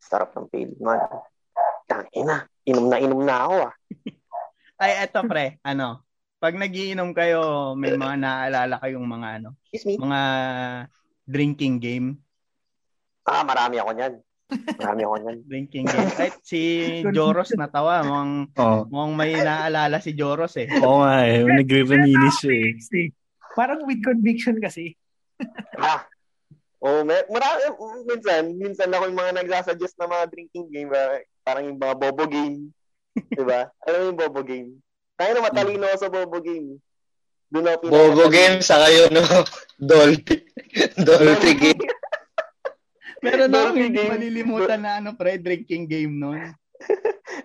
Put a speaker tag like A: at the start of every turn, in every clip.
A: sarap ng pailid man. Tangin na. Inom na inom na ako ah.
B: Ay, eto pre, ano? Pag nagiinom kayo, may mga naaalala kayong mga ano,
A: Excuse me.
B: mga drinking game.
A: Ah, marami ako niyan. Marami ako niyan.
B: Drinking game. Kahit si Joros natawa. Mukhang,
C: Oo.
B: mukhang may naalala si Joros eh.
C: Oo nga eh. Nagririnis siya eh.
D: eh. Parang with conviction kasi.
A: Ah. Oh, may, marami, minsan, minsan ako yung mga nagsasuggest na mga drinking game. ah, Parang yung mga bobo game. diba? Alam mo yung bobo game? Tayo na matalino ako sa bobo game. Doon ako pinaka-
E: Bobo game sa kayo, no? Dolphy. Dolphy game.
B: Meron na akong
A: Drinking
B: hindi
A: game.
B: malilimutan na ano pre, drinking game nun.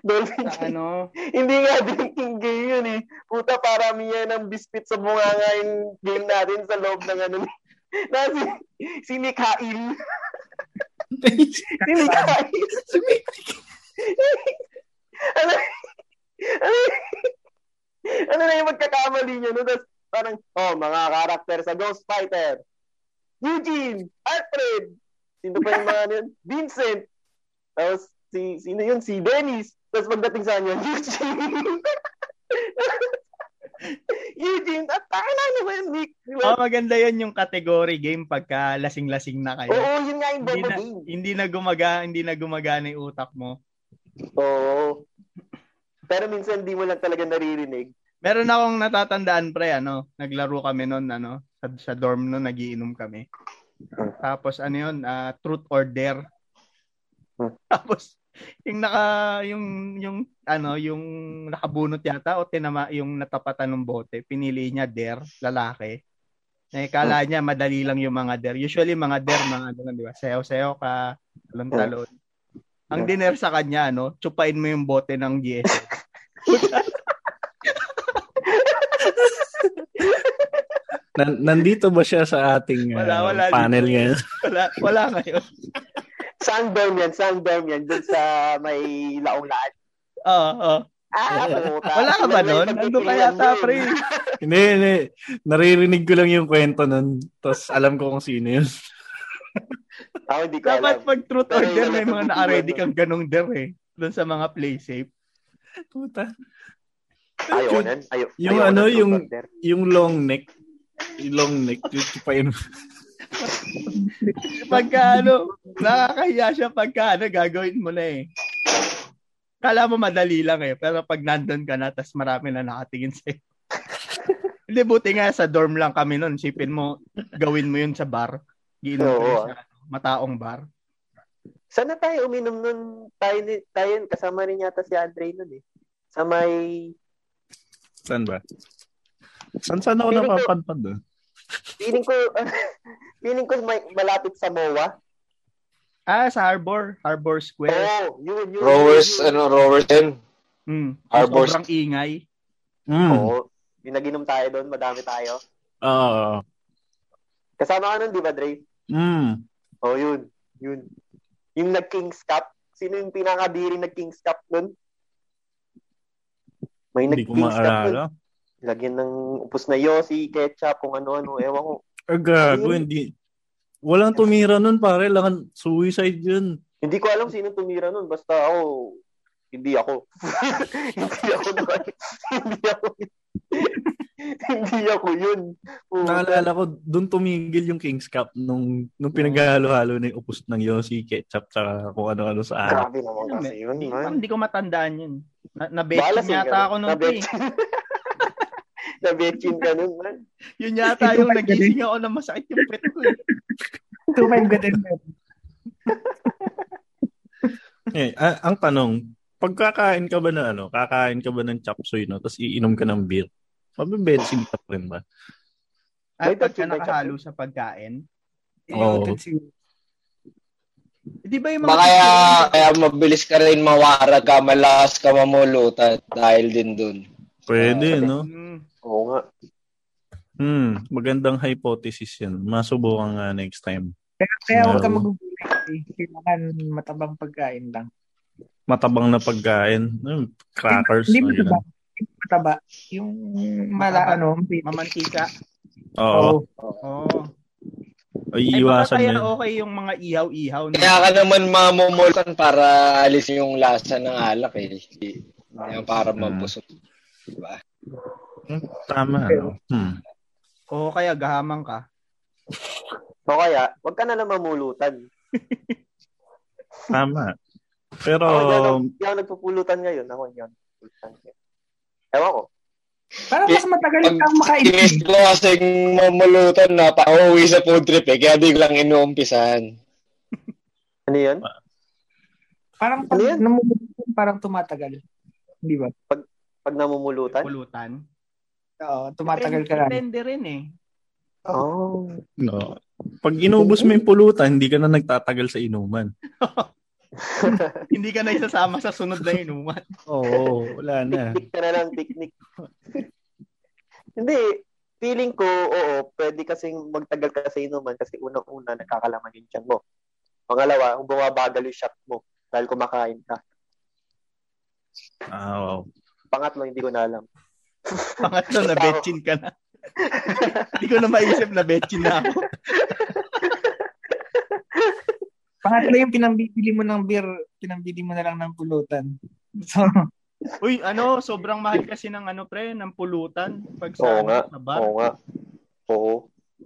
A: Dolphin
B: Sa
A: game.
B: ano,
A: Hindi nga drinking game yun eh. Puta paramihan ng biscuit sa bunganga yung game natin sa loob ng ano. Na si, si Mikhail. si Mikhail. ano, ano, ano na yung magkakamali niya no? Tapos parang, oh, mga karakter sa Ghost Fighter. Eugene, Alfred, sino pa yung mga ano yun? Vincent. Tapos, si, sino yun? Si Dennis. Tapos pagdating sa kanya, Eugene. Eugene, at taka na ano ba yun, Nick? Di ba?
B: oh, maganda yun yung category game pagka lasing-lasing na kayo.
A: Oo, yun nga yung
B: Hindi
A: bobo
B: na,
A: game.
B: hindi na gumaga, hindi na gumagana yung utak mo.
A: Oo. Pero minsan di mo lang talaga naririnig.
B: Meron akong natatandaan pre, ano, naglaro kami noon, ano, sa, sa dorm noon, nagiinom kami. Tapos ano yun, ah, truth or dare.
A: Hmm.
B: Tapos yung naka yung yung ano, yung nakabunot yata o tinama yung natapatan ng bote, pinili niya dare, lalaki. Eh, kala niya madali lang yung mga dare. Usually mga dare mga ano, lang, di ba? Sayaw-sayaw ka, talon-talon. Ang
A: Hmm.
B: diner sa kanya, ano, chupain mo yung bote ng GS.
C: Nan- nandito ba siya sa ating uh,
B: Wala, wala.
C: panel ngayon?
B: Wala, wala ngayon.
A: Sandworm yan, sandworm yan. Dun sa may laong laan.
B: Oo, oo.
A: Ah, puta.
B: Wala ka ba nun? Ano Ando ka yata, pre.
C: hindi, hindi. Naririnig ko lang yung kwento nun. Tapos alam ko kung sino yun.
A: Ako hindi ko alam.
B: Dapat pag truth or
A: Pero
B: dare,
A: yun,
B: may mga
A: natututunan
B: naka-ready
A: na.
B: kang ganong dare eh. Doon sa mga play safe.
C: Puta.
A: Ayaw nun. Ayaw,
C: Yung
A: ayaw
C: ano,
A: nun,
C: yung-
A: Dr.
C: Yung long neck. Yung long neck. Yung tupain.
B: Pagka ano, nakakahiya siya pagka ano, gagawin mo na eh. Kala mo madali lang eh. Pero pag nandun ka na, tas marami na nakatingin sa'yo. Hindi, buti nga sa dorm lang kami nun. Sipin mo, gawin mo yun sa bar. Giinom
A: Oo,
B: tayo
A: ah.
B: sa ano, mataong bar.
A: Sana tayo uminom nun. Tayo, ni- tayo yun. kasama rin yata si Andre nun eh. Sa may
C: Saan ba? Saan saan ako napapadpad doon?
A: feeling ko feeling ko may malapit sa MOA.
B: Ah, sa Harbor. Harbor
A: Oo,
B: Square.
A: yun, yun. yun,
E: Rowers,
A: yun.
E: ano, rowers yun.
B: Mm. Yung
E: Harbor.
B: Sobrang ingay.
C: Mm. Oo.
A: Oo. Yung naginom tayo doon, madami tayo.
C: Oh.
A: Kasama ka nun, di ba, Dre?
C: Mm.
A: Oo, oh, yun. Yun. Yung nag-Kings Cup. Sino yung pinakadiri nag-Kings Cup nun? May
C: Hindi ko
A: nag-Kings Cup nun.
C: maalala.
A: Lagyan ng upos na yosi, ketchup, kung ano-ano. Ewan ko.
C: Ah, gago. Hindi. Walang tumira nun, pare. Langan, suicide yun.
A: Hindi ko alam sino tumira nun. Basta ako, hindi ako. hindi ako doon. hindi ako. hindi ako yun. Oo.
C: Naalala ko, doon tumigil yung King's Cup nung, nung pinaghalo-halo na yung upos ng Yossi, ketchup, tsaka kung ano-ano sa araw.
A: Grabe naman kasi yun,
B: Hindi,
A: man.
B: parang hindi ko matandaan yun. Na,
A: Balas yun
B: nabetchin yata
A: ganun.
B: ako nung
A: Nabet-
B: eh.
A: Nabetchin ka nun, man.
B: Yun yata yung nagising ako na masakit yung pet ko. eh.
D: Two five ganun na.
C: Eh, a- ang tanong, pagkakain ka ba na ano, kakain ka ba ng chop suey, no? Tapos iinom ka ng beer. Mabibensin ka pa rin ba?
B: Ay,
A: Wait,
B: pagka
A: wait, wait,
B: nakahalo sa pagkain.
C: Oo.
D: Inuutot si
B: Eh, Di ba yung mga...
E: Baka kaya, kaya Ah, mabilis ka rin mawarag ka, malakas ka mamulutan dahil din dun.
D: Ah,
C: Pwede, no?
B: Mm.
A: Oo nga.
C: Hmm, magandang hypothesis yan. Masubukan nga next time.
D: Kaya, kaya huwag ka
C: No.
D: magugulay. Kailangan matabang pagkain lang.
C: Matabang na pagkain. Hmm, crackers.
D: Hindi
C: o, yun.
D: mataba. Hindi mataba. Yung mala,
B: Mataba.
D: ano, mapit.
B: Mamantika.
C: Oo.
B: Oo.
C: Ay,
B: Ay, baka
C: iwasan mo
B: kaya
C: yun.
B: okay yung mga ihaw-ihaw. na-
E: Kaya ka naman mamumulkan para alis yung lasa ng alak eh. Yung para mabusog. Diba?
C: Tama, no? Hmm.
B: O kaya gahamang ka.
A: O kaya, wag ka na lang mamulutan.
C: Tama. Pero,
A: Ako dyan, ang- hindi ako nagpupulutan ngayon. Ako yan. Ewan ko.
D: Parang mas matagal
E: Pag
D: kang makainin.
E: sinis ko kasing mamulutan na pauwi sa food trip eh. Kaya di ko lang inuumpisan.
A: Ano yun?
D: Parang pag
A: Ano yan?
D: namumulot, parang tumatagal. Di ba?
A: Pag namumulutan?
B: Pulutan.
D: Oo, tumatagal ka lang.
B: Depende rin eh.
A: Oh.
C: no. Pag inubos mo yung pulutan, hindi ka na nagtatagal sa inuman.
B: Hindi ka na isasama sa sunod na inuman.
C: Oo, wala na.
A: Picnic ka na lang, picnic. Hindi. Feeling ko, oo, pwede kasing magtagal ka sa inuman kasi unang-una nakakalaman yung tiyan mo. Pangalawa, bumabagal yung shot mo dahil kumakain ka.
C: Ah, wow.
A: Pangatlo, hindi ko na alam.
B: Pangatlo na betchin ka na. Hindi ko na maisip na betchin na ako.
D: Pangatlo yung pinambibili mo ng beer, pinambili mo na lang ng pulutan. So,
B: Uy, ano, sobrang mahal kasi ng ano pre, ng pulutan. Pag sa,
A: Oo
B: ano,
A: nga.
B: sa bar.
A: Oo nga. Oo.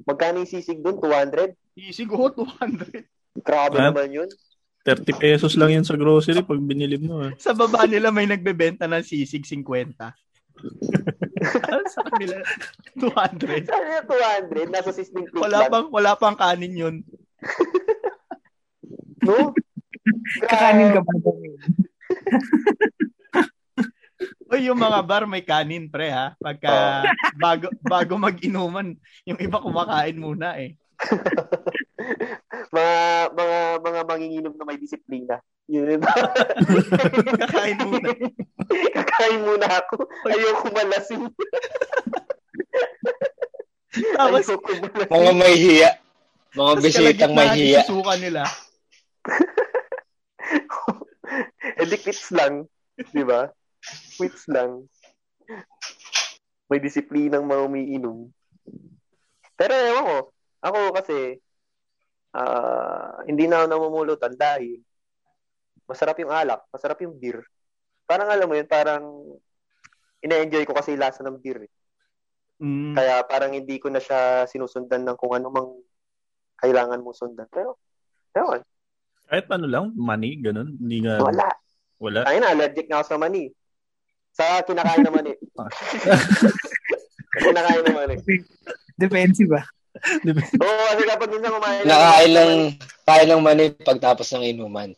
A: Magkano yung sisig doon? 200?
B: Siguro 200.
A: Grabe
C: Ah.
A: naman yun.
C: 30 pesos lang yan sa grocery pag binili mo. ah.
B: Sa baba nila may nagbebenta ng sisig 50. sa kanila 200.
A: Saan yung 200? Nasa sisig plate
B: Wala
A: lang.
B: pang wala pang kanin 'yun.
A: No?
D: kakanin ka ba? doon?
B: Uy, yung mga bar may kanin pre ha. Pagka bago bago mag-inuman, yung iba kumakain muna eh.
A: mga mga mga manginginom na may disiplina. Yun yun.
B: Kakain muna.
A: Kakain muna ako. Ayoko malasing.
B: Tapos
A: Ayoko malasing.
E: Mga may hiya. Mga
B: tapos
E: bisitang may
B: kalagitnaan,
E: hiya.
B: isusuka nila.
A: Eh, di quits lang. Di ba? Quits lang. May disiplinang mga umiinom. Pero ewan ko. Ako kasi, ah, hindi na ako namumulutan dahil masarap yung alak, masarap yung beer. Parang alam mo yun, parang ina-enjoy ko kasi yung lasa ng beer. eh.
B: Mm.
A: Kaya parang hindi ko na siya sinusundan ng kung anumang kailangan mo sundan. Pero, ewan,
C: Kahit ano lang, money, ganun. Hindi nga,
A: wala.
C: wala.
A: Ay na, allergic na ako sa mani. Sa kinakain na mani. Sa kinakain na mani.
D: Defensive ah. ba?
A: Oo, kasi kapag minsan kumain
E: Nakain lang, kain lang mani pagtapos ng inuman.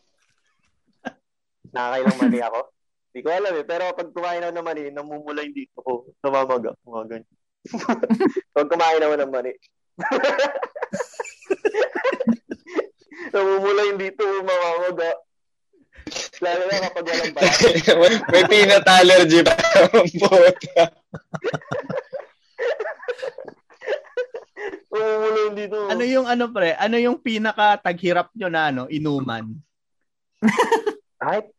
A: Nakakain lang mani ako. Hindi ko alam eh. Pero pag kumain ako ng mani, namumula yung dito ko. Namamaga. Mga ganyan. pag kumain ako ng mani. namumula yung dito ko. Mamamaga. Lalo na kapag walang balat.
E: may, may peanut allergy pa. ang puta.
A: Namumula yung dito.
B: Ano yung ano pre? Ano yung pinaka taghirap nyo na ano, inuman?
A: Ay.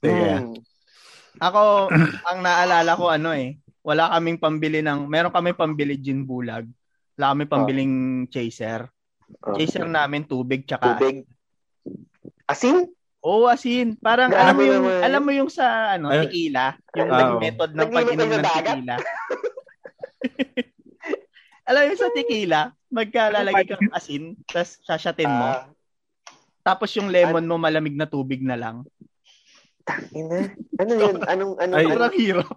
C: Teka.
A: Hmm.
B: Ako, ang naalala ko ano eh, wala kaming pambili ng, meron kami pambili gin bulag. Wala kami
A: Oh.
B: pambiling chaser. Chaser namin tubig tsaka
A: Tubig. Asin?
B: Oo, as in, parang
A: Grabe
B: alam mo yung
A: naman.
B: alam mo yung sa ano,
C: Ay-
B: tequila, yung
C: Ah,
B: naging
C: oo.
B: method ng
A: Nag-inom
B: pag-inom
A: kayo sa
B: ng
A: dagat?
B: tequila. alam mo yung sa tequila, magkalalagay ka ng asin, tapos sasyatin mo,
A: Ah,
B: tapos yung lemon mo malamig na tubig na lang.
A: ina. Ano yun? Anong, anong,
C: Ay,
A: anong,
B: Sobrang hirap.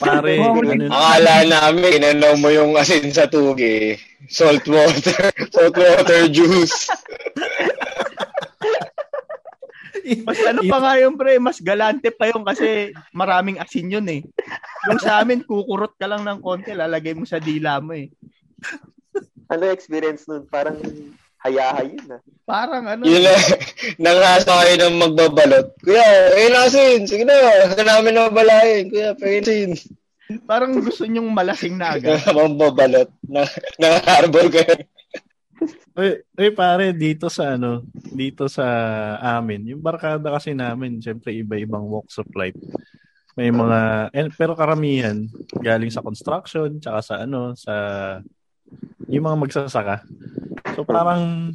C: Pare,
D: Oo,
C: ano yun?
E: Akala namin, inanaw mo yung asin sa tugi. Salt water. Salt water juice.
B: Mas ano pa nga yung pre, mas galante pa yung kasi maraming asin yun eh. Yung sa amin, kukurot ka lang ng konti, lalagay mo sa dila mo eh.
A: anong experience nun? Parang hayahay yun ah.
B: Parang ano,
E: Yun lang. Nangasa kayo ng magbabalot. Kuya, ayun ang asin. Sige na. Huwag na namin nabalain. Kuya, pangin asin.
B: parang gusto nyong malasing na agad.
E: Mambabalot. Na, Nang-harbor kayo.
C: Uy, uy, pare, dito sa ano, dito sa amin, yung barkada kasi namin, syempre iba-ibang walks of life. May mga, eh, pero karamihan, galing sa construction, tsaka sa ano, sa Yung mga magsasaka. So parang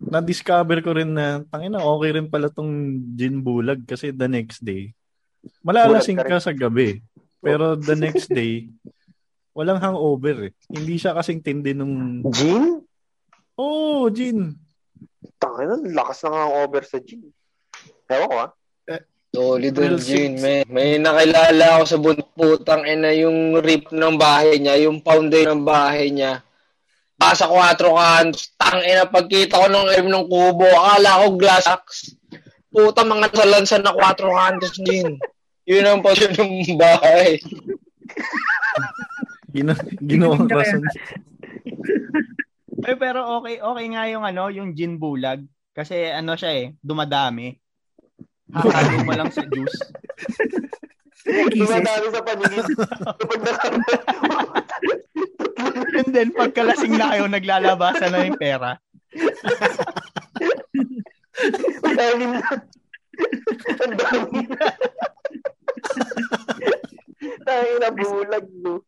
C: na-discover ko rin na tangina okay rin pala tong gin bulag kasi the next day malalasing
A: Bulag ka Oh.
C: ka sa gabi. Pero the next day walang hangover eh. Hindi siya kasing tindi nung
A: Gin?
C: oh, gin.
A: Tangina, lakas na nga ang over sa gin. Ewan ko ah.
E: Solid
C: Real
E: ang gin,
C: six.
E: may, may nakilala ako sa bunt- putang ina yung rip ng bahay niya, yung founder ng bahay niya. Ah, sa 4 kantos, tang ina, pagkita ko ng aim ng kubo, akala ko glass axe. Puta, mga salansan na 4 kantos din. Yun ang pasyon ng bahay.
C: Gina, ginawang rason.
B: Eh, pero okay, okay nga yung ano, yung gin bulag. Kasi ano siya eh, dumadami. Hahalo mo lang sa juice.
D: Kisses.
A: Dumadami sa paningin. Kapag nakaroon.
B: And then, pagkalasing na kayo, naglalabasan na yung pera.
A: Ang dami na. Ang dami na. Tangin na bulag no.
B: Ah,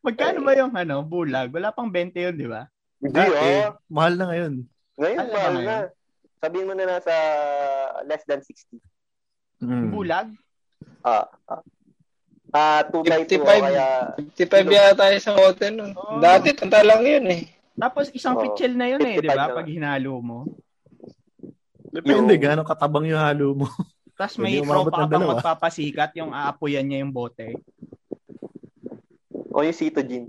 B: Magkano ba yung ano, bulag? Wala pang 20 yun, di ba?
A: Hindi
C: Dati,
A: ah.
C: mahal na ngayon.
A: Ngayon,
B: eh. Ano ba
A: mahal na.
B: ngayon?
A: Sabihin mo na nasa less than 60.
C: Mm.
B: Bulag?
A: Ah, ah. Ah, 2 by 2
E: 55.
A: kaya
E: 55 yata isang hotel nun.
B: Oo.
E: Dati, tanda lang yun eh.
B: Tapos isang
A: Oo.
B: pichel na yun eh,
A: 55
B: di ba?
A: na.
B: Pag hinalo mo.
C: Depende
A: Yung-
C: gaano katabang yung halo mo.
B: Tapos may
C: Hindi umabot
B: tropa ka
C: ng
B: pang
C: dalawa.
B: magpapasikat, yung aapuyan niya yung bote.
A: o oh, yung Sito Gin.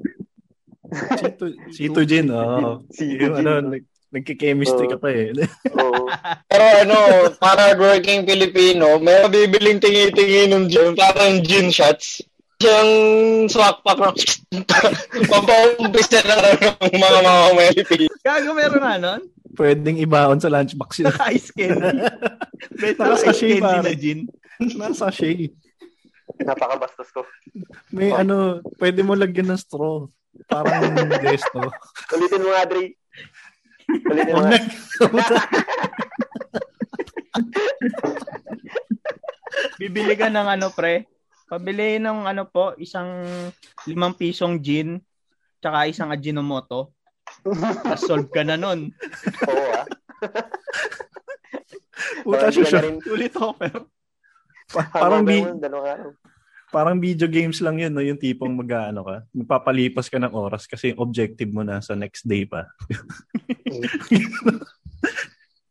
C: Sito, Sito Jin, oo.
A: Sito
C: Yung
A: Gin.
C: ano, nag, nagkikemistry ka pa eh.
A: Oo.
E: Pero ano, para hardworking Pilipino, may mabibiling tingi-tingi ng gin, parang gin shots. Siyang swak pa ko. Pampaumpisa na lang ng mga mga Pilipino.
B: Gago meron na nun?
C: Pwedeng ibaon sa lunchbox yun.
B: Naka-ice candy. Benta
C: Naka-sachet,
B: ice candy
C: pare.
B: na gin.
C: Nasa shake.
A: Napakabastos ko.
C: May
A: Oh.
C: ano, pwede mo lagyan ng straw. Parang gesto.
A: Ulitin mo nga, Dre. Ulitin mo
C: Huwag
A: nga.
C: na.
B: Bibili ka ng ano, pre. Pabili ng ano po, isang limang pisong gin, tsaka isang Ajinomoto. Tapos solve ka na nun.
A: Oo, ah.
C: Puta
A: Parang hindi
C: siya
A: ka
C: siya.
A: na rin-
B: Ulit offer.
C: Pa-
A: Parang
C: parang,
A: bi...
C: bi-
A: Dalawang araw.
C: parang video games lang yun, no? yung tipong mag-ano ka. Magpapalipas ka ng oras kasi yung objective mo na sa next day pa.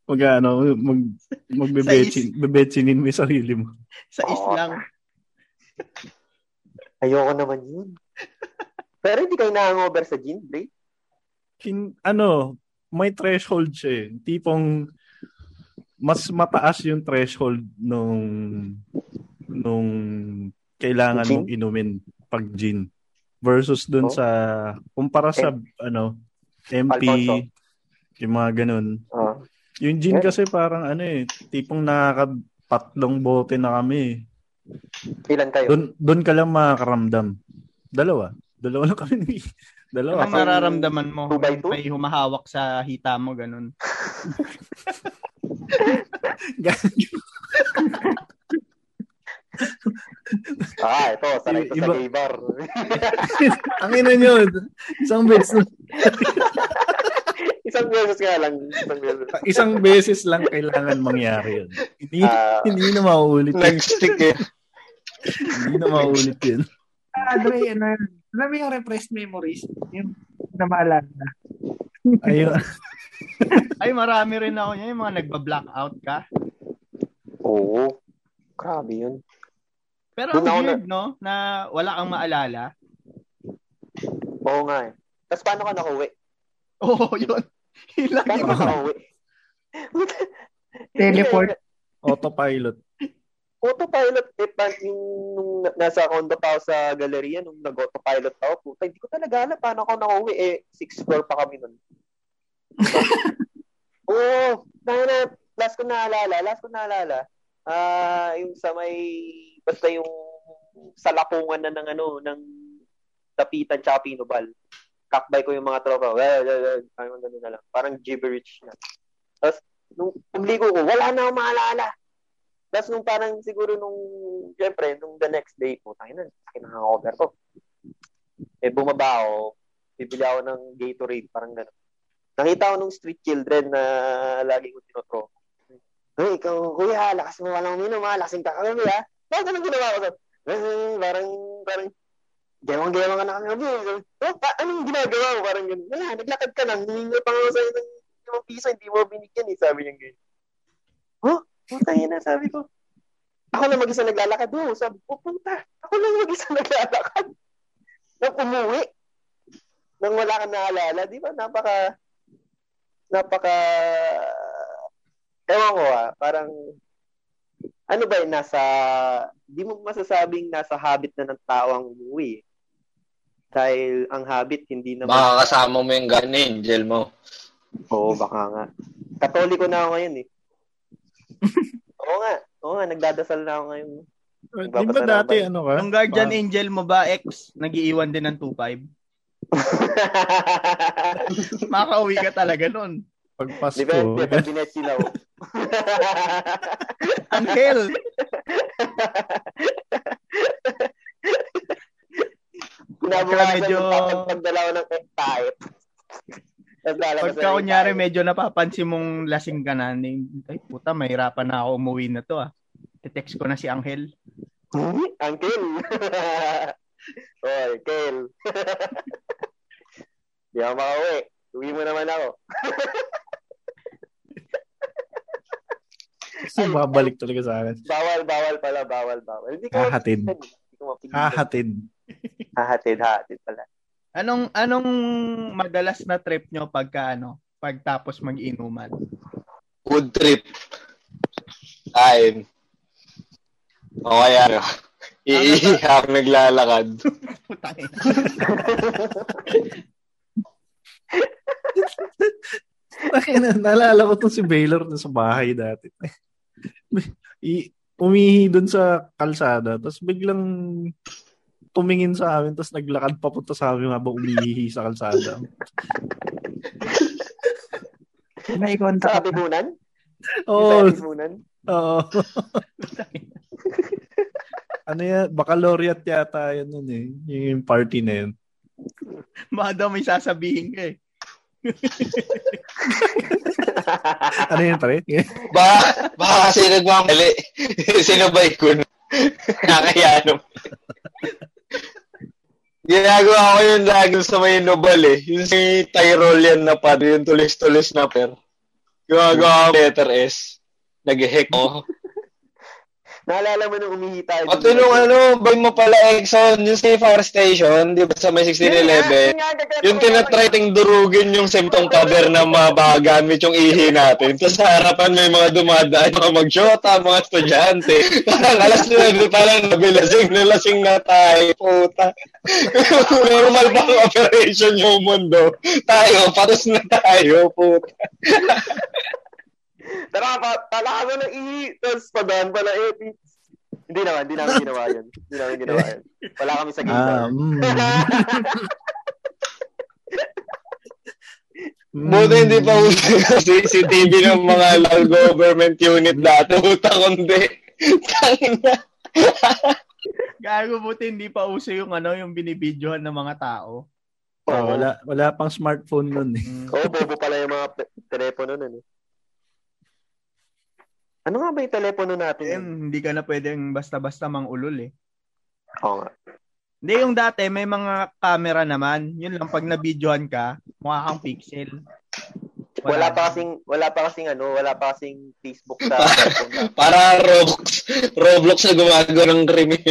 C: mag-ano, mag, magbebetsin, bebetsinin mo yung sarili mo.
B: Sa islang.
A: Ayoko naman yun. Pero hindi kayo na-hangover sa gin, Dre.
C: kin, ano, may threshold siya eh. Tipong mas mataas yung threshold nung nung kailangan
A: Gin?
C: mong inumin pag gin versus dun
A: Oh. Eh.
C: sa kumpara sa ano MP
A: Alfonso. Ah.
C: yung mga ganun.
A: Oo.
C: Yung gin
A: Yeah.
C: kasi parang ano eh, tipong nakakatatlong bote na kami eh.
A: Ilan kayo?
C: Doon doon ka lang makakaramdam. Dalawa. Dalawa lang kami. ni- Dalawa.
B: Ang nararamdaman mo,
A: Two by two?
B: may humahawak sa hita mo, ganun.
A: Ah, ito. Sanay to sa
C: Iba-
A: gay bar.
C: Ang ina yun. Isang beses
A: Isang beses nga lang. Isang beses.
C: isang beses lang kailangan mangyari yun. Hindi,
A: Ah.
C: hindi na mauulit yun.
E: Nag-stick eh.
C: Hindi na mauulit yun.
D: Ah, Dre, ano yun? Alam mo yung repressed memories? Yung na maalala.
C: Ayun.
B: Ay, marami rin ako niya, yung mga nagba-blackout ka.
A: Oo. Grabe yun.
B: Pero ang
A: Doon ako
B: weird, no? Na wala kang maalala.
A: Oo nga eh. Tapos paano ka nakauwi?
B: Oo, oh, yun. Yun lang
A: Paano
B: yung
A: ka nakauwi?
D: Teleport.
C: Autopilot.
A: Autopilot. Eh, pa, yung, nung na- nasa condo pa ako sa galeria, nung nag-autopilot pa ako, puta, hindi ko talaga alam paano ako nakauwi. Eh, sixth floor pa kami nun. Oo. Oh, dahil na, last ko naalala, last ko naalala, ah, yung sa may, basta yung sa lakungan na ng ano, ng tapitan tsaka pinubal. Kakbay ko yung mga tropa. Well, well, well. Parang ganun na lang. Parang gibberish na. Tapos, nung pagligo ko, wala na akong maalala. Tapos nung parang siguro nung, syempre, nung the next day, putang ina, akin ang hangover ko. Eh, bumaba ako, bibili ako ng Gatorade, parang gano'n. Nakita ko nung street children na lagi ko tinutro. Hey, ikaw, kuya, lakas mo walang uminom, ha? Lasing ka kami, ha? Bakit anong ginawa ko? Sabi, "Eh, parang, parang, Gewang-gewang ka na kami. Sabi, Oh, pa, anong ginagawa mo? Parang ganun. Wala, naglakad ka lang. Hihingi pa nga ako sa'yo ng limang piso. Hindi mo binigyan eh. Sabi niya ganyan. Oh, puta yun na. Sabi ko. Ako lang mag-isa naglalakad. Oo, sabi ko, puta. Ako lang mag-isa naglalakad. Nang umuwi. Nang wala kang naalala. Di ba? Napaka, napaka, ewan ko ah. Parang, ano ba yun, nasa, di mo masasabing nasa habit na ng tao ang umuwi. eh. Dahil ang habit, hindi naman.
E: Baka kasama mo yung ganun, angel mo.
A: Oo, baka nga. Katoliko na ako ngayon eh. oo nga. Oo nga, nagdadasal na ako ngayon.
C: Di ba dati ano ka?
B: Yung guardian
A: eh.
B: angel mo ba, ex, nagiiwan din ng 2-5? Makauwi ka talaga nun.
C: Pag
A: Di ba?
C: Pasko.
A: Di ba? Binet sila oh.
B: Angel!
A: Kinabukasan
B: medyo-
A: medyo... pagdalaw ng F-type. Tapos lalabas na
B: Pagka
A: yung
B: kunyari
A: F-type.
B: medyo napapansin mong lasing ka na, ni- ay puta, mahirapan na ako umuwi na to ah. Te-text ko na si Angel.
A: Ang kill. Oy, kill. Oh, Di ako makauwi. Uwi mo naman ako.
C: Kasi babalik talaga sa akin.
A: Bawal, bawal pala, bawal, bawal. Hindi ko
C: Hahatid.
A: mapigilan. Hindi ko mapigilan.
C: Hahatid.
A: Hahatid, hahatid pala.
B: Anong anong madalas na trip nyo pagka ano, pagtapos mag-inuman?
E: Food trip. Time. O kaya, ano, iihi habang naglalakad.
B: Putang ina.
C: Takin na, naalala ko tong si Baylor na sa bahay dati. I, umihi dun sa kalsada, tapos biglang tumingin sa amin, tapos naglakad papunta sa amin habang umihi sa kalsada.
A: Sa
D: Naikontak.
A: Abibunan?
C: Oo.
A: Sa Abibunan?
C: oo. ano yan? Baccalaureate yata yun nun eh. Yung party na yun.
B: Baka daw may sasabihin ka eh.
C: Ano yun, pre?
E: Ba, baka kasi nagmamali. Sinabay ko na. Nakakaya naman. Ginagawa ko yun lagi sa may Nobel eh. Yung si Tyrol yan na par, yung tulis-tulis na per. Gumagawa ko ng letter S. Nag-hack ko.
A: Naalala mo nung umihi tayo.
E: At yun yung ano, bay mo pala Exxon, yung sa Power Station, di ba sa may 1611, yung tinatriting durugin yung simtong pader na mabagamit yung ihi natin. Tapos sa harapan may mga dumadaan, mga magsyota, mga estudyante. Parang alas nila, di parang nabilasing, nilasing na tayo, puta. Normal pa ang operation yung mundo. Tayo, patos na tayo, puta.
A: Tara, pa- talakan mo ng ihi. Tapos padaan pa na eh. Hindi naman, hindi namin ginawa yun. Hindi namin ginawa yun. Wala kami sa gate.
C: Ah, mm. Mm.
E: Buti hindi pa uso yung CCTV ng mga local government unit dati. Puta, kundi. Tangin na.
B: Gago buti hindi pa uso yung ano, yung binibidyohan ng mga tao. Hmm.
C: Ah, wala, wala pang smartphone nun eh.
A: Oo, bobo pala yung mga pe- telepono nun. Eh. Ano nga ba yung telepono natin?
B: Eh, hindi ka na pwedeng basta-basta mangulol eh.
A: Oo nga.
B: Hindi yung dati may mga camera naman, yun lang pag nabidyohan ka, mukha kang pixel. Eh,
A: Wala pa kasing, wala pa kasing ano, wala pa kasing Facebook sa cellphone natin.
E: Para Roblox, Roblox na gumagawa ng krimen.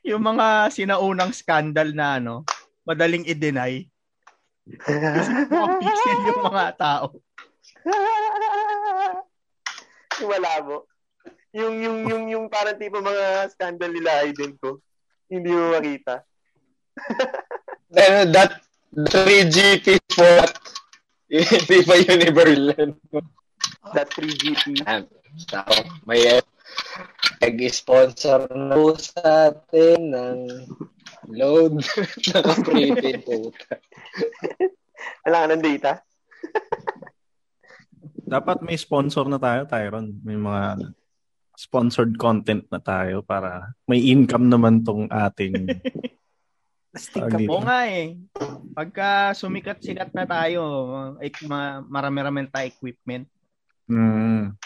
B: yung mga sinaunang scandal na ano, madaling i-deny. Mga pixel yung mga tao.
A: yung malabo. Yung, yung, yung, yung parang tipo mga scandal nila idol ko. Hindi mo makita.
E: Ano, that 3GP format. Hindi pa yun Iberlin.
B: Oh.
A: That 3GP.
E: So, may nag-sponsor na po sa atin ng load ng prepaid po.
A: Wala ka ng data?
C: Dapat may sponsor na tayo, Tyron. May mga sponsored content na tayo para may income naman tong ating
D: Nastig ka
B: Oo
D: po.
B: nga eh. Pagka sumikat-sikat na tayo, ik- ma- marami-rami tayo equipment.
C: Mm.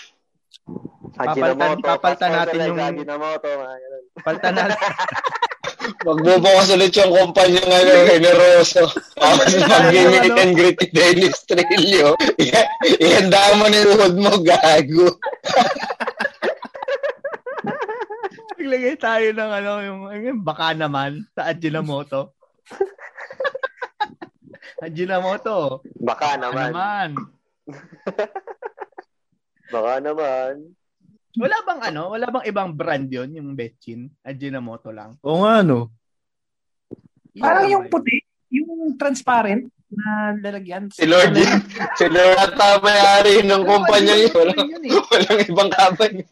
B: Papaltan- papaltan natin yung-
A: Ajinomoto, mga ganun.
B: Palta na
E: Magbubukas ulit yung kumpanya ng ano, generoso. Tapos pag yung meet and greet ni Dennis Trillo, i- ihanda mo ni Rod mo, gago.
B: Naglagay tayo ng ano, yung, yung baka naman sa Ajinomoto. Ajinomoto. ano
A: Baka
B: Baka
A: naman.
B: naman.
A: Baka naman.
B: Wala bang ano? Wala bang ibang brand yon yung Betchin? Ajinomoto lang.
C: Oo nga, no?
D: Parang
B: Wala
D: yung
B: ba yun?
D: puti, yung transparent na lalagyan.
E: Si Lord yun. Si Lord ata may-ari ng kumpanya yun. Walang,
D: Ano yun eh.
E: walang ibang kampanya.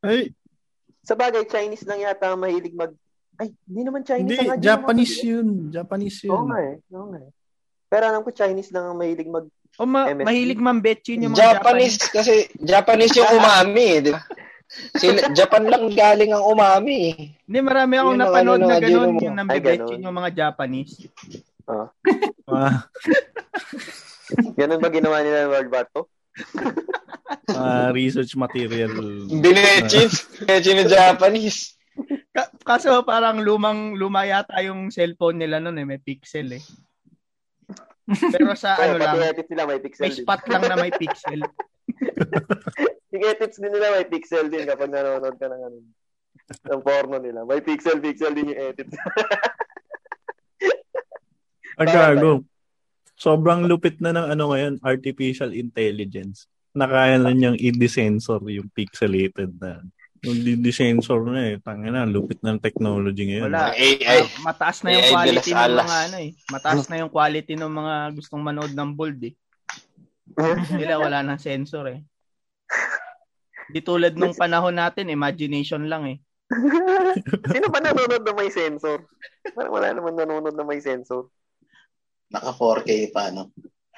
C: Ay,
A: Sa bagay, Chinese lang yata ang mahilig mag... Ay, hindi naman Chinese
C: hindi.
A: ang Ajinomoto.
C: Japanese yun. Japanese yun.
A: Oo nga eh. Oo nga eh. Pero alam ko, Chinese lang ang mahilig mag...
B: O ma-
A: MSG?
B: mahilig mang Betchin yung mga
E: Japanese, kasi Japanese yung umami, eh, di ba? Sila, Japan lang galing ang umami. eh.
B: Hindi, marami akong
E: Yun ang
B: napanood
E: ano ng
B: na gano'n
E: Ajinomoto.
B: yung
A: Ay,
B: nambibetchin
A: ganun.
B: yung mga Japanese.
C: Ah,
A: Ganun ba ginawa nila ng World War II?
C: ah, research material.
E: Binechins. Binechin yung Japanese.
B: Ka- kaso parang lumang luma yata yung cellphone nila noon eh, may pixel eh. Pero sa
A: Kaya
B: ano
A: pati
B: lang,
A: edits nila may pixel
B: may
A: din.
B: spot lang na may pixel.
A: Yung edits din nila may pixel din kapag nanonood ka ng ano ng porno nila. May pixel-pixel din yung edits.
C: Ah, gago. Sobrang lupit na ng ano ngayon, artificial intelligence. Nakaya na niyang i-desensor yung pixelated na. Yung di-desensor na eh. Tangin na, lupit ng technology ngayon.
B: Wala.
E: Ang AI.
B: Ah, mataas na yung
E: AI de
B: quality
E: las
B: ng mga
E: alas.
B: ano eh. Mataas na yung quality ng mga gustong manood ng bold eh. Sila wala nang sensor eh. Di tulad nung panahon natin, imagination lang eh.
A: Sino ba nanonood na may sensor? Parang wala naman nanonood na may sensor.
F: Naka 4K pa, no?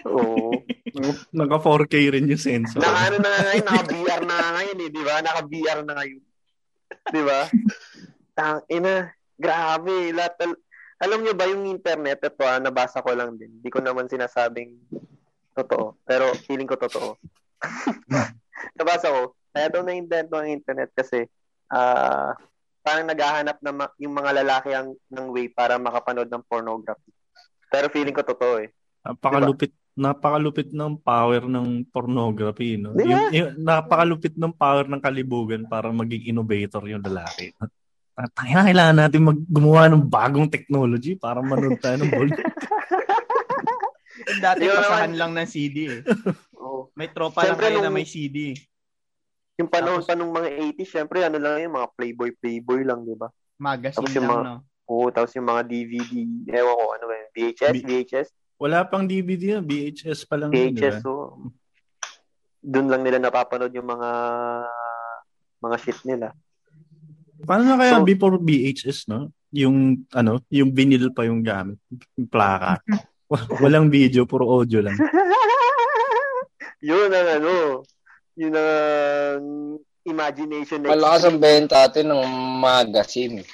A: Oo.
C: Naka 4K rin yung sensor.
A: Naka ano na nga ngayon, naka VR na nga ngayon eh, di ba? Naka VR na ngayon. Di ba? Tang ina, grabe. Lahat, al- alam nyo ba yung internet, ito ah, nabasa ko lang din. Hindi ko naman sinasabing totoo. Pero feeling ko totoo. nabasa ko. Kaya daw na-invento ang internet kasi ah parang naghahanap na ma- yung mga lalaki ang, ng way para makapanood ng pornography. Pero feeling ko totoo eh.
C: Napakalupit, napakalupit ng power ng pornography, no?
A: Di ba?
C: Yung, yung- napakalupit ng power ng kalibugan para maging innovator yung lalaki. Ah, Tangina, kailangan natin mag- gumawa ng bagong technology para manood tayo ng ball.
B: Dati
A: Yun
B: pasahan
A: naman.
B: lang ng CD eh.
A: Oo.
B: May tropa
A: Siyempre,
B: lang kayo na
A: nung-
B: may CD eh.
A: Yung panahon pa nung mga 80s, syempre ano lang yun, mga playboy, playboy lang, di ba?
B: Magazine
A: Tapos yung
B: lang
A: mga-
B: no.
A: Oo, tapos yung mga DVD, ewan ko, ano ba yun, VHS,
C: B-
A: VHS,
C: Wala pang DVD na, VHS pa lang. yun, Hmm, di ba?
A: VHS, so, doon lang nila napapanood yung mga, mga shit nila.
C: Paano na kaya
A: So-
C: before VHS, no? Yung, ano, yung vinyl pa yung gamit. Yung plaka. Wa- Walang video, puro audio lang.
A: yun ang ano, yun ang imagination na
E: Malakas ang benta atin ng magazine. eh.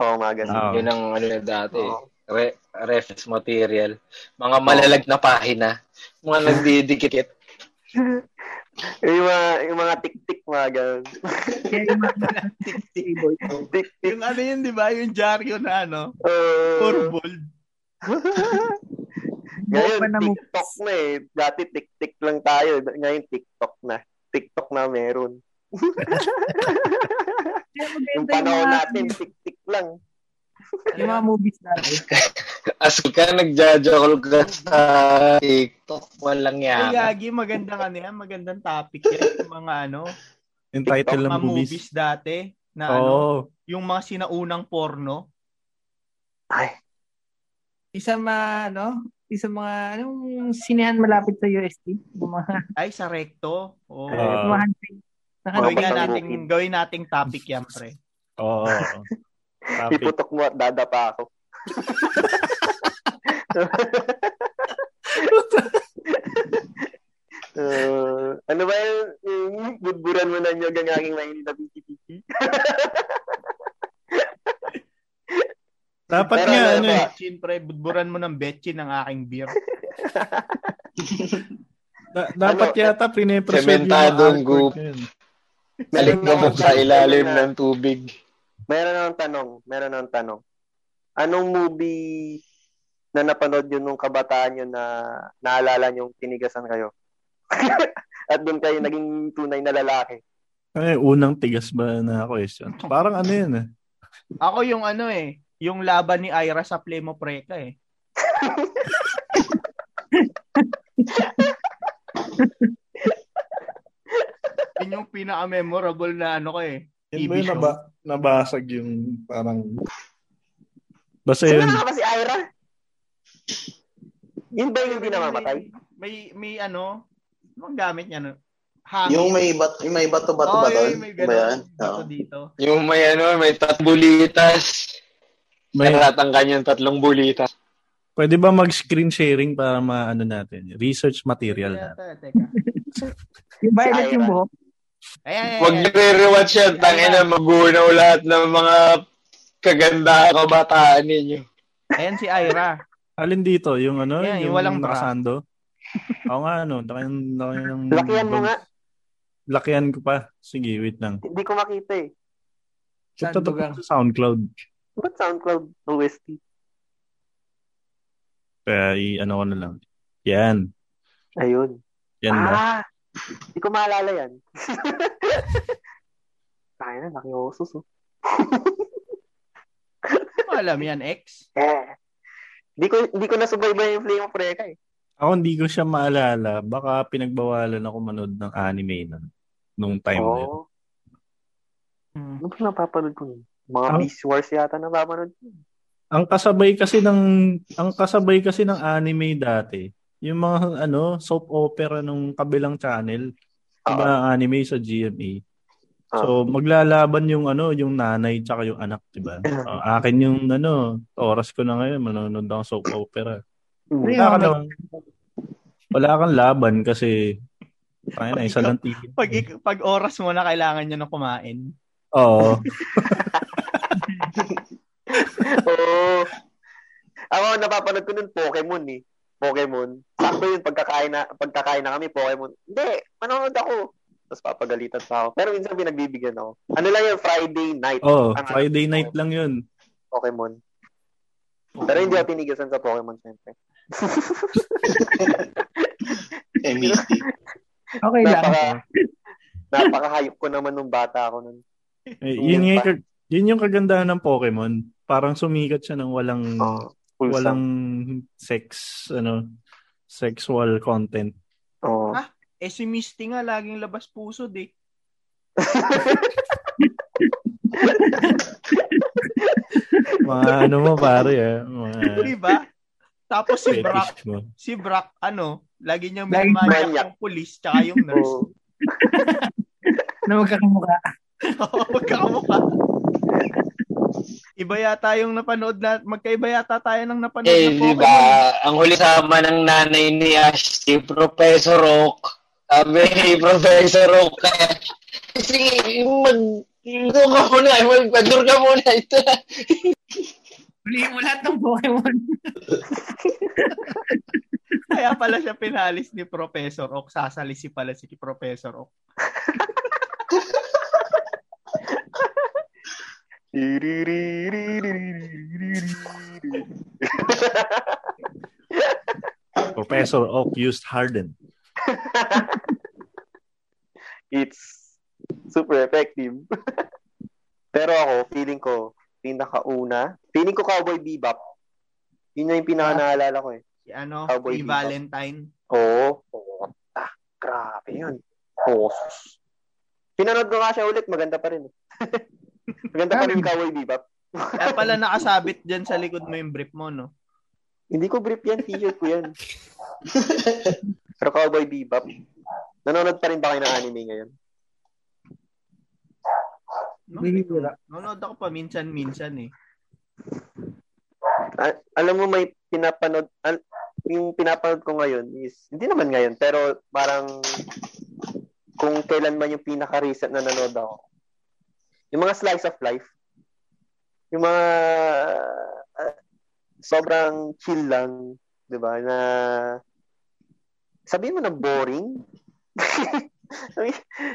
A: Oo, mga ganun.
C: Oo.
E: Yun ang ano na dati. eh.
A: Oo.
E: Re- reference material. Mga malalag na pahina. Mga nagdidikit.
A: Yung mga, yung mga tik-tik, mga ganun.
D: Kaya yung mga Playboy.
A: Tik-tik,
B: Yung ano yun, di ba? Yung dyaryo na ano,
A: uh,
B: for bold.
A: Ngayon,
D: Buka na mo.
A: TikTok na eh. Dati tik-tik lang tayo. Ngayon, TikTok na. TikTok na meron.
D: Kaya
A: Yung
D: maganda
A: panahon
D: yung mga-
A: natin, tik-tik lang.
D: Yung mga movies natin.
E: As ka nagjajakol ka sa TikTok, walang
B: Ay,
E: yan.
B: Yagi, magandang ano yan, magandang topic yan. Yung mga ano,
C: Yung title
B: mga
C: ng
B: movies
C: movies.
B: dati na ano,
C: Oo.
B: yung mga sinaunang porno.
A: Ay,
D: Isa ma, ano? Isa mga, anong sinehan malapit sa UST? Yung mga,
B: Ay, sa recto. Oh.
C: Ah.
D: yung mga handshake. Naka-
B: gawin nga
A: Mga
B: nating,
A: bukid.
B: gawin nating topic yan, pre.
C: Oo. Topic.
A: iputok mo at dadapa ako. Uh, ano ba yun? Mm, Budburan mo na nyo ang aking mainit na piki
C: Dapat
A: Pero
C: nga,
A: ano
C: ano
A: ba?
C: eh,
B: Betchin, pre. Budburan mo ng betchin ang aking beer.
C: da- dapat
A: Ano?
C: yata pinepreserve yung
E: Cementado ang
C: artwork
E: group.
C: na yun.
E: Malikabok sa ilalim ng tubig.
A: Meron akong tanong. Meron akong tanong. Anong movie na napanood yun nung kabataan yun na naalala yung tinigasan kayo? At doon kayo naging tunay na lalaki.
C: Ay, unang tigas ba na question? Parang ano yun eh.
B: Ako yung ano eh, yung laban ni Ira sa Plemo Preka eh. Yun yung pinaka-memorable na ano ko eh.
C: Yun ba
B: TV
C: yung
B: show?
C: naba- nabasag yung parang... Basta yun.
A: Sino ka ba si Ira? Yun ba yung hindi namamatay?
B: May, may ano, anong gamit niya? No? Hangin.
F: Yung may bat yung may bato-bato
B: Oo,
F: ba
B: Ah, Oh, yun,
F: doon?
B: may
F: Ba yan?
B: ganun.
F: Oo.
B: Bato dito.
E: Yung may ano, may tatbulitas.
C: May,
E: Karatang kanyang tatlong bulitas.
C: pwede ba mag-screen sharing para maano natin? Research material na.
B: Teka, teka.
D: Yung violet yung buhok.
B: Ayan, ayan,
E: Huwag
B: ayan.
E: nire-rewatch yan. Tangina, magunaw lahat ng mga kaganda kabataan ninyo.
B: Ayan si Ira.
C: Alin dito? Yung ano?
B: Yan, yung walang bra.
C: nakasando? Oo nga, ano. Lakihan, lakihan,
A: Lakihan mo nga.
C: Lakihan ko pa. Sige, wait lang.
A: Hindi ko makita eh.
C: Punta to
D: Sandogang.
C: sa SoundCloud.
A: Ba't SoundCloud OST?
C: Kaya i-ano ko na lang. Yan.
A: Ayun.
C: Yan ba?
A: ah! Hindi ko maalala yan. Tayo na, laki ng osos oh.
B: Alam yan, ex.
A: Eh. Hindi ko, hindi ko nasubaybay yung Flame of Reka eh.
C: Ako hindi ko siya maalala. Baka pinagbawalan ako manood ng anime nun. Nung time na yun.
A: Oo.
B: Hmm.
A: Oh. Ano ba napapanood ko yun? Mga
C: Ang-
A: Beast Wars yata napapanood ko.
C: Ang kasabay kasi ng ang kasabay kasi ng anime dati, yung mga ano, soap opera nung kabilang channel, iba
A: Ah.
C: ang anime sa GMA. So maglalaban yung ano, yung nanay tsaka yung anak, 'di ba? So, akin yung ano, oras ko na ngayon manonood ng soap opera.
A: Mm.
C: Wala ka lang. Wala kang laban kasi Tayo na, isa lang TV.
B: Pag, ik- pag oras mo na kailangan niya na kumain.
C: Oo.
A: Oo. Ako, napapanood ko nun Pokemon eh. Pokemon. Sakto yun, pagkakain na, pagkakain na kami, Pokemon. Hindi, manonood ako. Tapos papagalitan pa ako. Pero minsan pinagbibigyan ako. Ano lang yun, Friday night,
C: Oh,
A: Ang-
C: Friday night lang yun.
A: Pokemon. Pero hindi
C: Oh.
A: ako tinigasan sa Pokemon, syempre.
F: MEC.
D: Okay lang.
A: Napaka, napakahayop ko naman nung bata ako nun.
C: Eh,
A: Yun
C: yun,
A: pa.
C: nga, yung kag- yun yung kagandahan ng Pokemon. Parang sumikat siya ng walang
A: Wholesome.
C: Oh. walang sex ano sexual content.
A: Oo.
B: Ah. Eh si Misty nga laging labas puso eh.
C: Mga ano mo pare eh, mga
B: Di ba? Tapos si Brock,
C: fetish mo.
B: si Brock ano, lagi niyang
D: Laging
B: minamaniac
A: maniac.
B: yung pulis tsaka yung nurse.
A: Oo.
D: Na magkakamukha.
E: Oh.
B: Magkakamukha. Iba yata yung napanood na, magkaiba yata tayo ng napanood
E: Eh,
B: na
E: di
B: Pokemon.
E: ba? Ang huli sama ng nanay ni Ash, si Professor Oak. Sabi ni Professor Oak, ah." kaya, Eh, sige, mag... Ito ka muna, magpadur ka muna. Ito na.
D: Huliin mo lahat ng Pokemon.
B: Kaya pala siya pinalis ni Professor Oak. Sasalisi pala si Professor Oak.
C: Professor Oak used Harden.
A: It's super effective. Pero ako, feeling ko, pinakauna, feeling ko Cowboy Bebop. Yun na yung pinaka naalala ko eh.
B: Si ano,
A: Cowboy
B: si
A: Bebop.
B: Valentine.
A: Oo. Oh, ah, grabe yun. Oh. Pinanood ko nga siya ulit, maganda pa rin. eh. maganda pa rin yung Cowboy Bebop.
B: Kaya pala nakasabit dyan sa likod mo yung brief mo, no?
A: Hindi ko brief yan, t-shirt ko yan. Pero Cowboy Bebop. Nanonood pa rin ba kayo ng anime ngayon?
B: no?
D: Hindi wala.
B: Nanonood ako paminsan-minsan eh.
A: A- Ah, alam mo may pinapanood al- yung pinapanood ko ngayon is hindi naman ngayon pero parang kung kailan man yung pinaka recent na nanood ako. Yung mga slice of life. Yung mga ah, sobrang chill lang, 'di ba? Na sabihin mo na boring.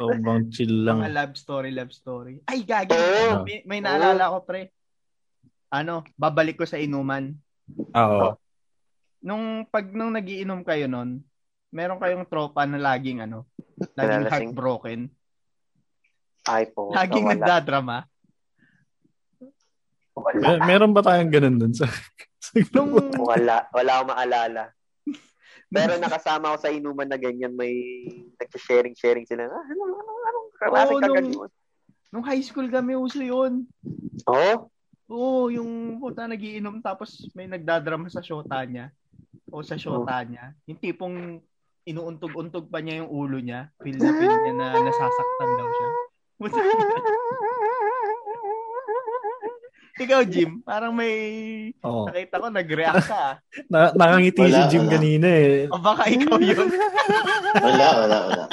C: Sobrang chill
B: Mga
C: lang.
B: love story, love story. Ay, gagi.
A: Oo.
B: May, may naalala ko, pre. Ano, babalik ko sa inuman.
C: Oo.
B: Nung pag nung nagiinom kayo nun, meron kayong tropa na laging ano, laging
A: Nalalasing.
B: heartbroken,
A: Ay po.
B: laging
A: wala.
B: nagdadrama.
A: Wala.
C: Mer- meron ba tayong ganun dun sa... sa
B: Nung
A: Wala. Wala akong maalala. Pero nakasama ko sa inuman na ganyan, may nag-sharing-sharing sila. Ah, ano, ano, anong klase
B: Oo,
A: ka
B: nung-
A: ganyan?
B: nung high school kami uso 'yun.
A: Oo?
B: Oo, yung puta nagiinom tapos may nagdadrama sa shota niya o sa shota niya. Yung tipong inuuntog-untog pa niya yung ulo niya. Feel na feel niya na nasasaktan daw siya. Puta niya. Ikaw, Jim, parang may
C: Oo.
B: nakita ko nag-react ka. ah.
C: Na- nakangiti
F: Wala,
C: si Jim
F: wala.
C: kanina eh.
B: O baka ikaw yun.
F: Wala, wala, wala.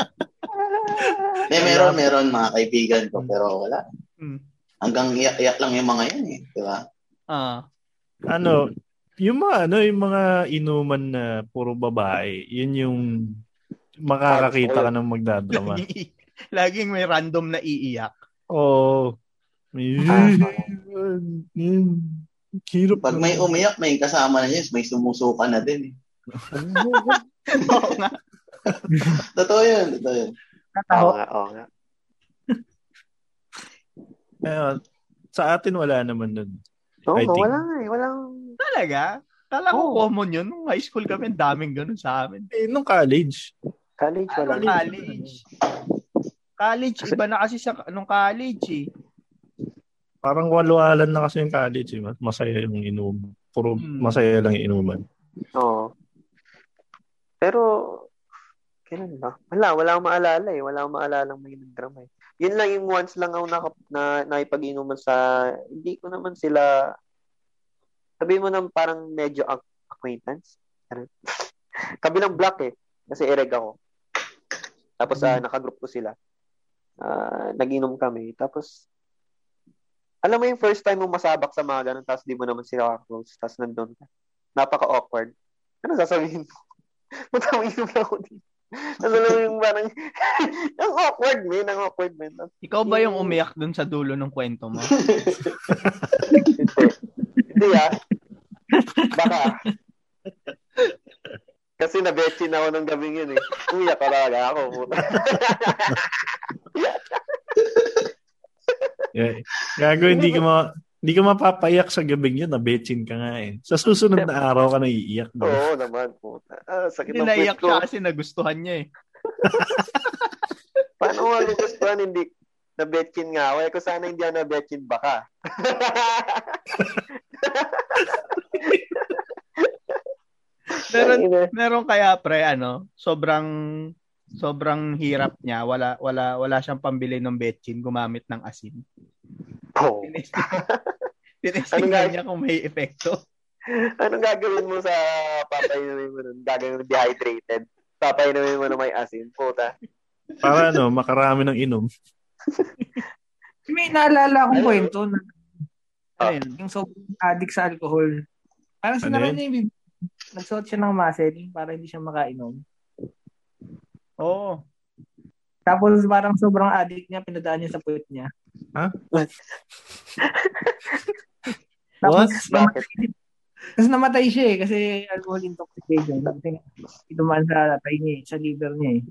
F: Eh, meron, meron mga kaibigan ko, pero wala.
B: Mm.
F: Hanggang iyak-iyak lang yung mga yan eh, di ba?
B: Ah.
C: Ano, yung mga, ano, yung mga inuman na puro babae, yun yung makakakita ka ng magdadrama.
B: Laging, laging may random na iiyak.
C: Oo.
A: Ah,
C: Hirap.
F: Pag
B: Mm.
F: may umiyak, may kasama na niya, may sumusuka na din eh.
B: Oo nga.
F: Totoo yun, totoo yun.
A: Oo nga, oo nga.
C: Ayun. sa atin wala naman nun.
A: Oo
C: I
A: nga,
C: think-
A: wala nga eh. Walang...
B: Talaga? Kala ko
A: Oo.
B: common yun. Nung high school kami, ang daming ganun sa amin.
C: Eh, nung college.
A: College, wala.
B: Anong college? College, iba na kasi sa anong college eh.
C: Parang walwalan na kasi yung college. Eh. Mas- Masaya yung inom. Puro
B: Hmm.
C: masaya lang yung inuman.
A: Oo. Pero, kailan ba? Wala, wala akong maalala eh. Wala akong maalala may nagdrama eh. Yun lang yung once lang ako na, na nakipag-inuman sa, hindi ko naman sila, sabi mo nang parang medyo ac- acquaintance. Ganun. Kabilang block eh. Kasi ereg ako. Tapos ah, nakagroup ko sila. Ah, nag-inom kami. Tapos, alam mo yung first time mo masabak sa mga ganun, tapos di mo naman sila close, tapos nandun ka. Napaka-awkward. Ano sasabihin mo? Matawinom na ako dito. Tapos alam mo yung parang, ang awkward man, ang awkward man. Tapos,
B: Ikaw ba
A: Mm.
B: yung umiyak dun sa dulo ng kwento mo?
A: Hindi. Hindi ah. Baka. Kasi nabetchin ako ng gabing yun eh. Umiyak talaga ako.
C: Yeah. Eh, Gago, hindi ka, ma- hindi ka mapapayak sa gabing yun. Nabetchin ka nga eh. Sa susunod na araw ka naiiyak. di ba?
A: Oo naman. Puta. Ah, sakit
B: Hindi
A: ng puwit
B: naiyak
A: ko.
B: siya kasi nagustuhan niya eh.
A: Paano nga nagustuhan? Hindi. Nabetchin nga ako. Eh, kung sana hindi ako nabetchin, baka.
B: Meron,
A: eh,
B: meron kaya pre ano, sobrang sobrang hirap niya, wala wala wala siyang pambili ng betchin, gumamit ng asin.
A: Oh. Ano nga?
B: Tinestingan niya kung may epekto.
A: Anong gagawin mo sa papainumin mo nun? Gagawin mo dehydrated. Papainumin mo na may asin. Puta.
C: Para ano, makarami ng inom.
D: May naalala
A: Ano?
D: akong kwento na
A: Ah.
B: Ano yun?
D: yung sobrang addict sa alcohol. Parang
C: Ano
D: sinaka
C: yun?
D: niya yung bibig. Nagsuot siya ng muscle para hindi siya makainom.
B: Oo.
D: Tapos parang sobrang addict niya, pinadaan niya sa puwet niya.
C: What?
D: Tapos,
A: Bakit?
D: Tapos namatay siya eh, kasi alcohol intoxication. Sabi niya, Dumaan sa atay niya eh, sa liver niya eh.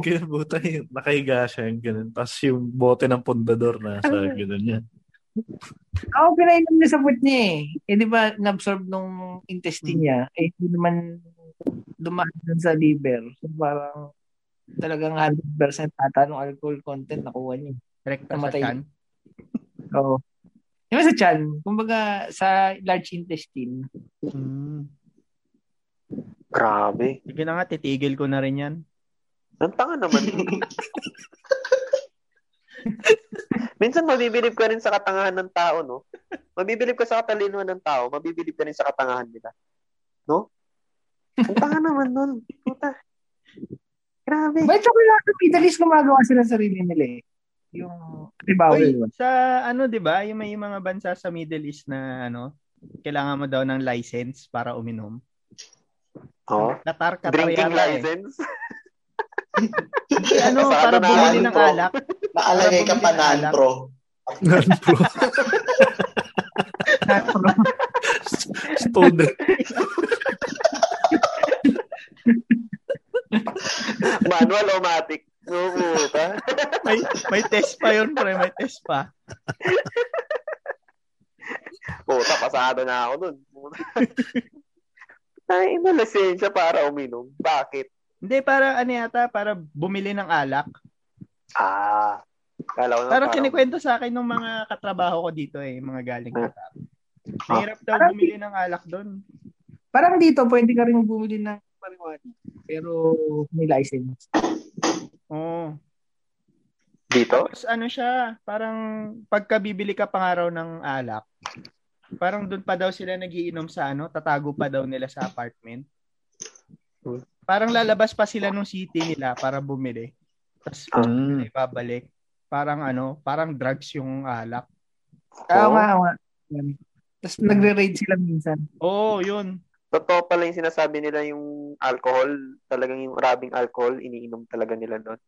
A: Oh.
C: ko yung buta yung nakahiga siya yung ganun. Tapos yung bote ng pundador na sa ganun niya.
D: Oo, pinainom niya sa foot niya eh. Eh di ba, inabsorb nung intestine niya, eh hindi naman dumaan dun sa liver. So parang talagang 100% ata nung alcohol content nakuha niya.
B: Rekta sa
D: Namatay.
B: chan.
D: Oo. Yung sa chan, kumbaga sa large intestine.
B: Mm.
A: Grabe.
B: Sige na nga, titigil ko na rin yan.
A: Ang tanga naman. Minsan mabibilib ka rin sa katangahan ng tao, no? Mabibilib ka sa katalinuhan ng tao, mabibilib ka rin sa katangahan nila. No? Ang tanga naman nun. Puta. Grabe.
D: Ba't sa kailangan ng Middle East gumagawa sila ng sarili nila eh. Yung Ribawi.
B: Uy, sa ano 'di ba, yung may mga bansa sa Middle East na ano, kailangan mo daw ng license para uminom.
A: Oh.
B: Qatar, Qatar
A: Drinking
B: yata eh.
A: license?
B: Hindi, ano,
A: Sarado
B: para
A: na
B: bumili
A: yan,
B: ng
A: bro.
B: alak.
F: Nakalagay ka pa
B: Alam mo,
F: na, pro.
C: Non-pro. Student.
A: Manual o matic? Oo, ka.
B: May, may test pa yun, pre. May test pa.
A: Puta, pasado na ako dun. Ay, na lisensya para uminom. Bakit?
B: Hindi, para ano yata, para bumili ng alak.
A: Ah. Kala ko na
B: Parang kinikwento sa akin ng mga katrabaho ko dito eh, mga galing
A: Ah.
B: Qatar. Mahirap daw
D: Parang-
B: bumili ng alak doon.
D: Parang dito, pwede ka rin bumili ng marijuana. Pero may license.
B: Oo.
A: Dito?
B: Tapos ano siya, parang pagkabibili ka pangaraw ng alak, parang doon pa daw sila nagiinom sa ano, tatago pa daw nila sa apartment.
A: Hmm.
B: Parang lalabas pa sila ng city nila para bumili. Tapos
A: Ah.
C: Mm.
B: ay babalik. Parang ano, parang drugs yung alak.
D: Oo
A: Oo.
D: nga, oo nga. Yan. Tapos nagre-raid sila minsan.
B: Oo, yun.
A: Totoo pala yung sinasabi nila yung alcohol. Talagang yung rabing alcohol, iniinom talaga nila nun.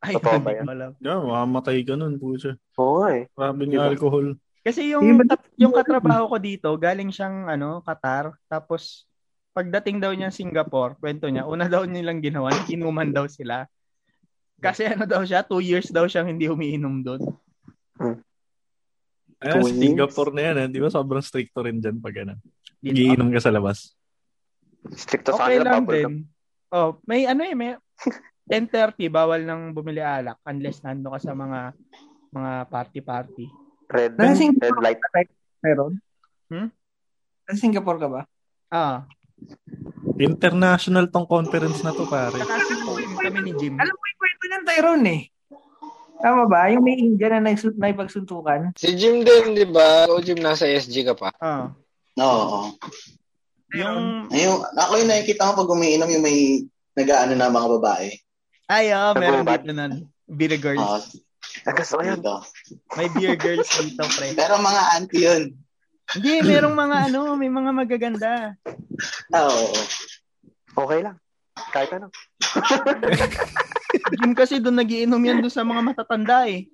B: Ay,
A: Totoo
B: hindi
A: ba yan?
B: ko alam.
C: Yeah, makamatay ka nun, puso.
A: Oo eh. Diba?
C: Grabe niya alcohol.
B: Kasi yung
D: Iba-
B: kat- yung katrabaho ko dito, galing siyang ano, Qatar, tapos pagdating daw niya Singapore, kwento niya, una daw nilang ginawa, inuman daw sila. Kasi ano daw siya, two years daw siyang hindi umiinom doon.
C: Ah,
A: Two
C: sa
A: years.
C: Singapore na yan, eh. di ba sobrang stricto rin dyan pag ano.
B: Dito.
C: Giinom ka sa labas.
A: Stricto sa
B: okay
A: kanila,
B: lang
A: bubble gum.
B: din. Oh, may ano eh, may 10.30, bawal nang bumili alak unless nando ka sa mga mga party-party.
A: Red,
D: Nasa
A: red
D: Singapore
A: light.
D: ka ba? Meron?
B: Hmm?
D: Nasa Singapore ka ba?
B: Ah,
C: International tong conference na to, pare.
B: saka si kami ni Jim.
D: Alam mo yung kwento ng Tyrone eh. Tama ba? Yung may India na nagsut na ipagsuntukan.
E: Si Jim din, di ba? O Jim, nasa SG ka pa.
B: Ah,
F: Oo.
B: yung
F: Ayun, ako yung nakikita ko pag umiinom yung may nag-ano na mga babae.
B: ay, oh, meron
A: Nagubat.
B: dito nun. Beer girls.
F: Oo,
A: Ah, gusto ko yan.
F: dito.
B: May beer girls dito, pre.
F: Pero mga auntie yun.
B: Hindi, merong mga ano, may mga magaganda.
F: Ah, Oo.
A: Okay lang. Kahit ano.
B: Jim kasi doon nagiinom yan doon sa mga matatanda eh.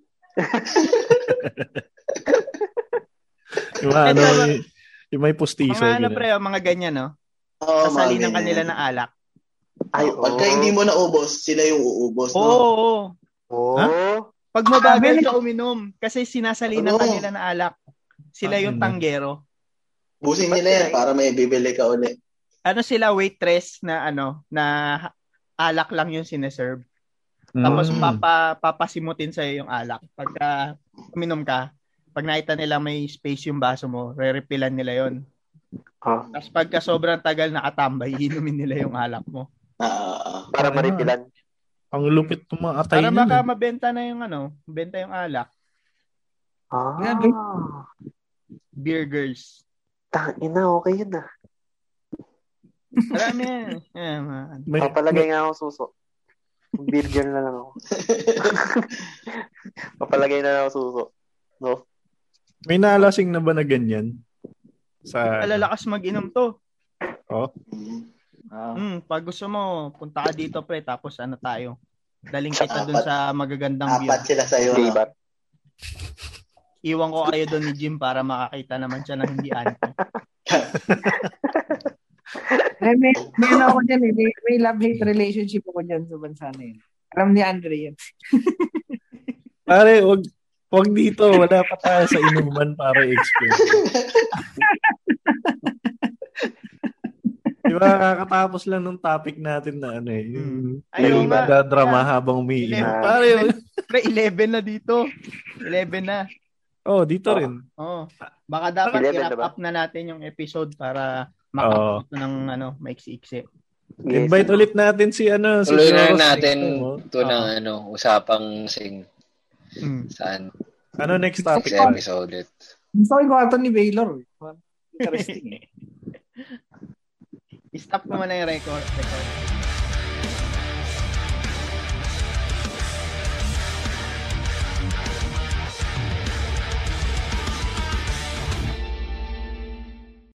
C: Yung mga ano,
B: Ito,
C: yung- yung may postizo.
B: Mga ano
C: ganun.
B: pre, oh, mga ganyan, no?
F: Oo,
B: Sasali
F: mga
B: ng kanila
F: ganyan.
B: ng alak.
A: Ay,
F: Oo, Pagka hindi mo naubos, sila yung uubos.
B: Oo,
F: No?
B: oo.
A: Oo.
C: Ha?
B: Pag mabagal ka uminom, kasi sinasali ng
F: Oo.
B: kanila ng alak. Sila yung
C: Ayun, no?
B: tanggero.
F: Busin nila yan para may bibili ka ulit.
B: Ano sila, waitress na ano, na alak lang yung sineserve.
C: Mm.
B: Tapos papa, papasimutin sa'yo yung alak. Pagka uminom ka, pag nakita nila may space yung baso mo, re-refillan nila yon.
A: Ah,
B: Tapos pagka sobrang tagal nakatambay, inumin nila yung alak mo.
F: Ah, ah, ah.
A: para
C: Ano?
A: maripilan.
C: Ang lupit ng mga atay
B: Para
C: nun,
B: baka
C: eh.
B: mabenta na yung ano, benta yung alak.
A: Ah.
D: Grabe.
B: Beer girls.
A: Tangina, okay yun ah.
B: Marami yan. Yeah, mga ano.
C: May,
A: Papalagay nga ako suso. Beer girl na lang ako. Papalagay na lang ako suso.
C: may nalasing na ba na ganyan? Sa,
B: Malalakas mag-inom to.
F: Mm.
E: Ah.
B: Mm, pag gusto mo, punta ka dito pre, tapos ano tayo. Daling kita dun sa magagandang beer.
F: Apat sila sa'yo. ah.
A: Di
F: No?
A: ba?
B: Iwan ko kayo doon ni Jim para makakita naman siya ng hindi anti.
D: Eh, may, may ano ako dyan eh. May, may love-hate relationship ako dyan sa bansa na yun. Alam ni Andre yan.
C: pare, wag, wag dito. Wala pa tayo sa inuman para i-explain. diba, kakatapos lang ng topic natin na ano eh. Yung
B: Ayaw
C: yung
B: nga.
C: nagdadrama
B: Yeah.
C: habang umiinom.
B: Eleven.
C: Pare, wag-
B: Pre, 11 na dito. 11 na.
C: oh, dito rin.
B: Oh. Baka dapat
A: 11 na
D: diba?
B: i-wrap
A: ba?
B: up na natin yung episode para
C: Oo.
B: makapag ng ano, maiksi-iksi.
A: Yes.
C: Invite ulit natin si ano, si
E: Tuloy na
C: Joros
E: natin
C: next time, oh.
E: ito ng ano, usapang sing
B: Mm.
E: saan
C: Ano next
E: next
C: topic? pare?
E: episode ulit.
D: Gusto ko yung kwarto ni Baylor. eh. Interesting eh.
B: Stop ko muna yung record. record.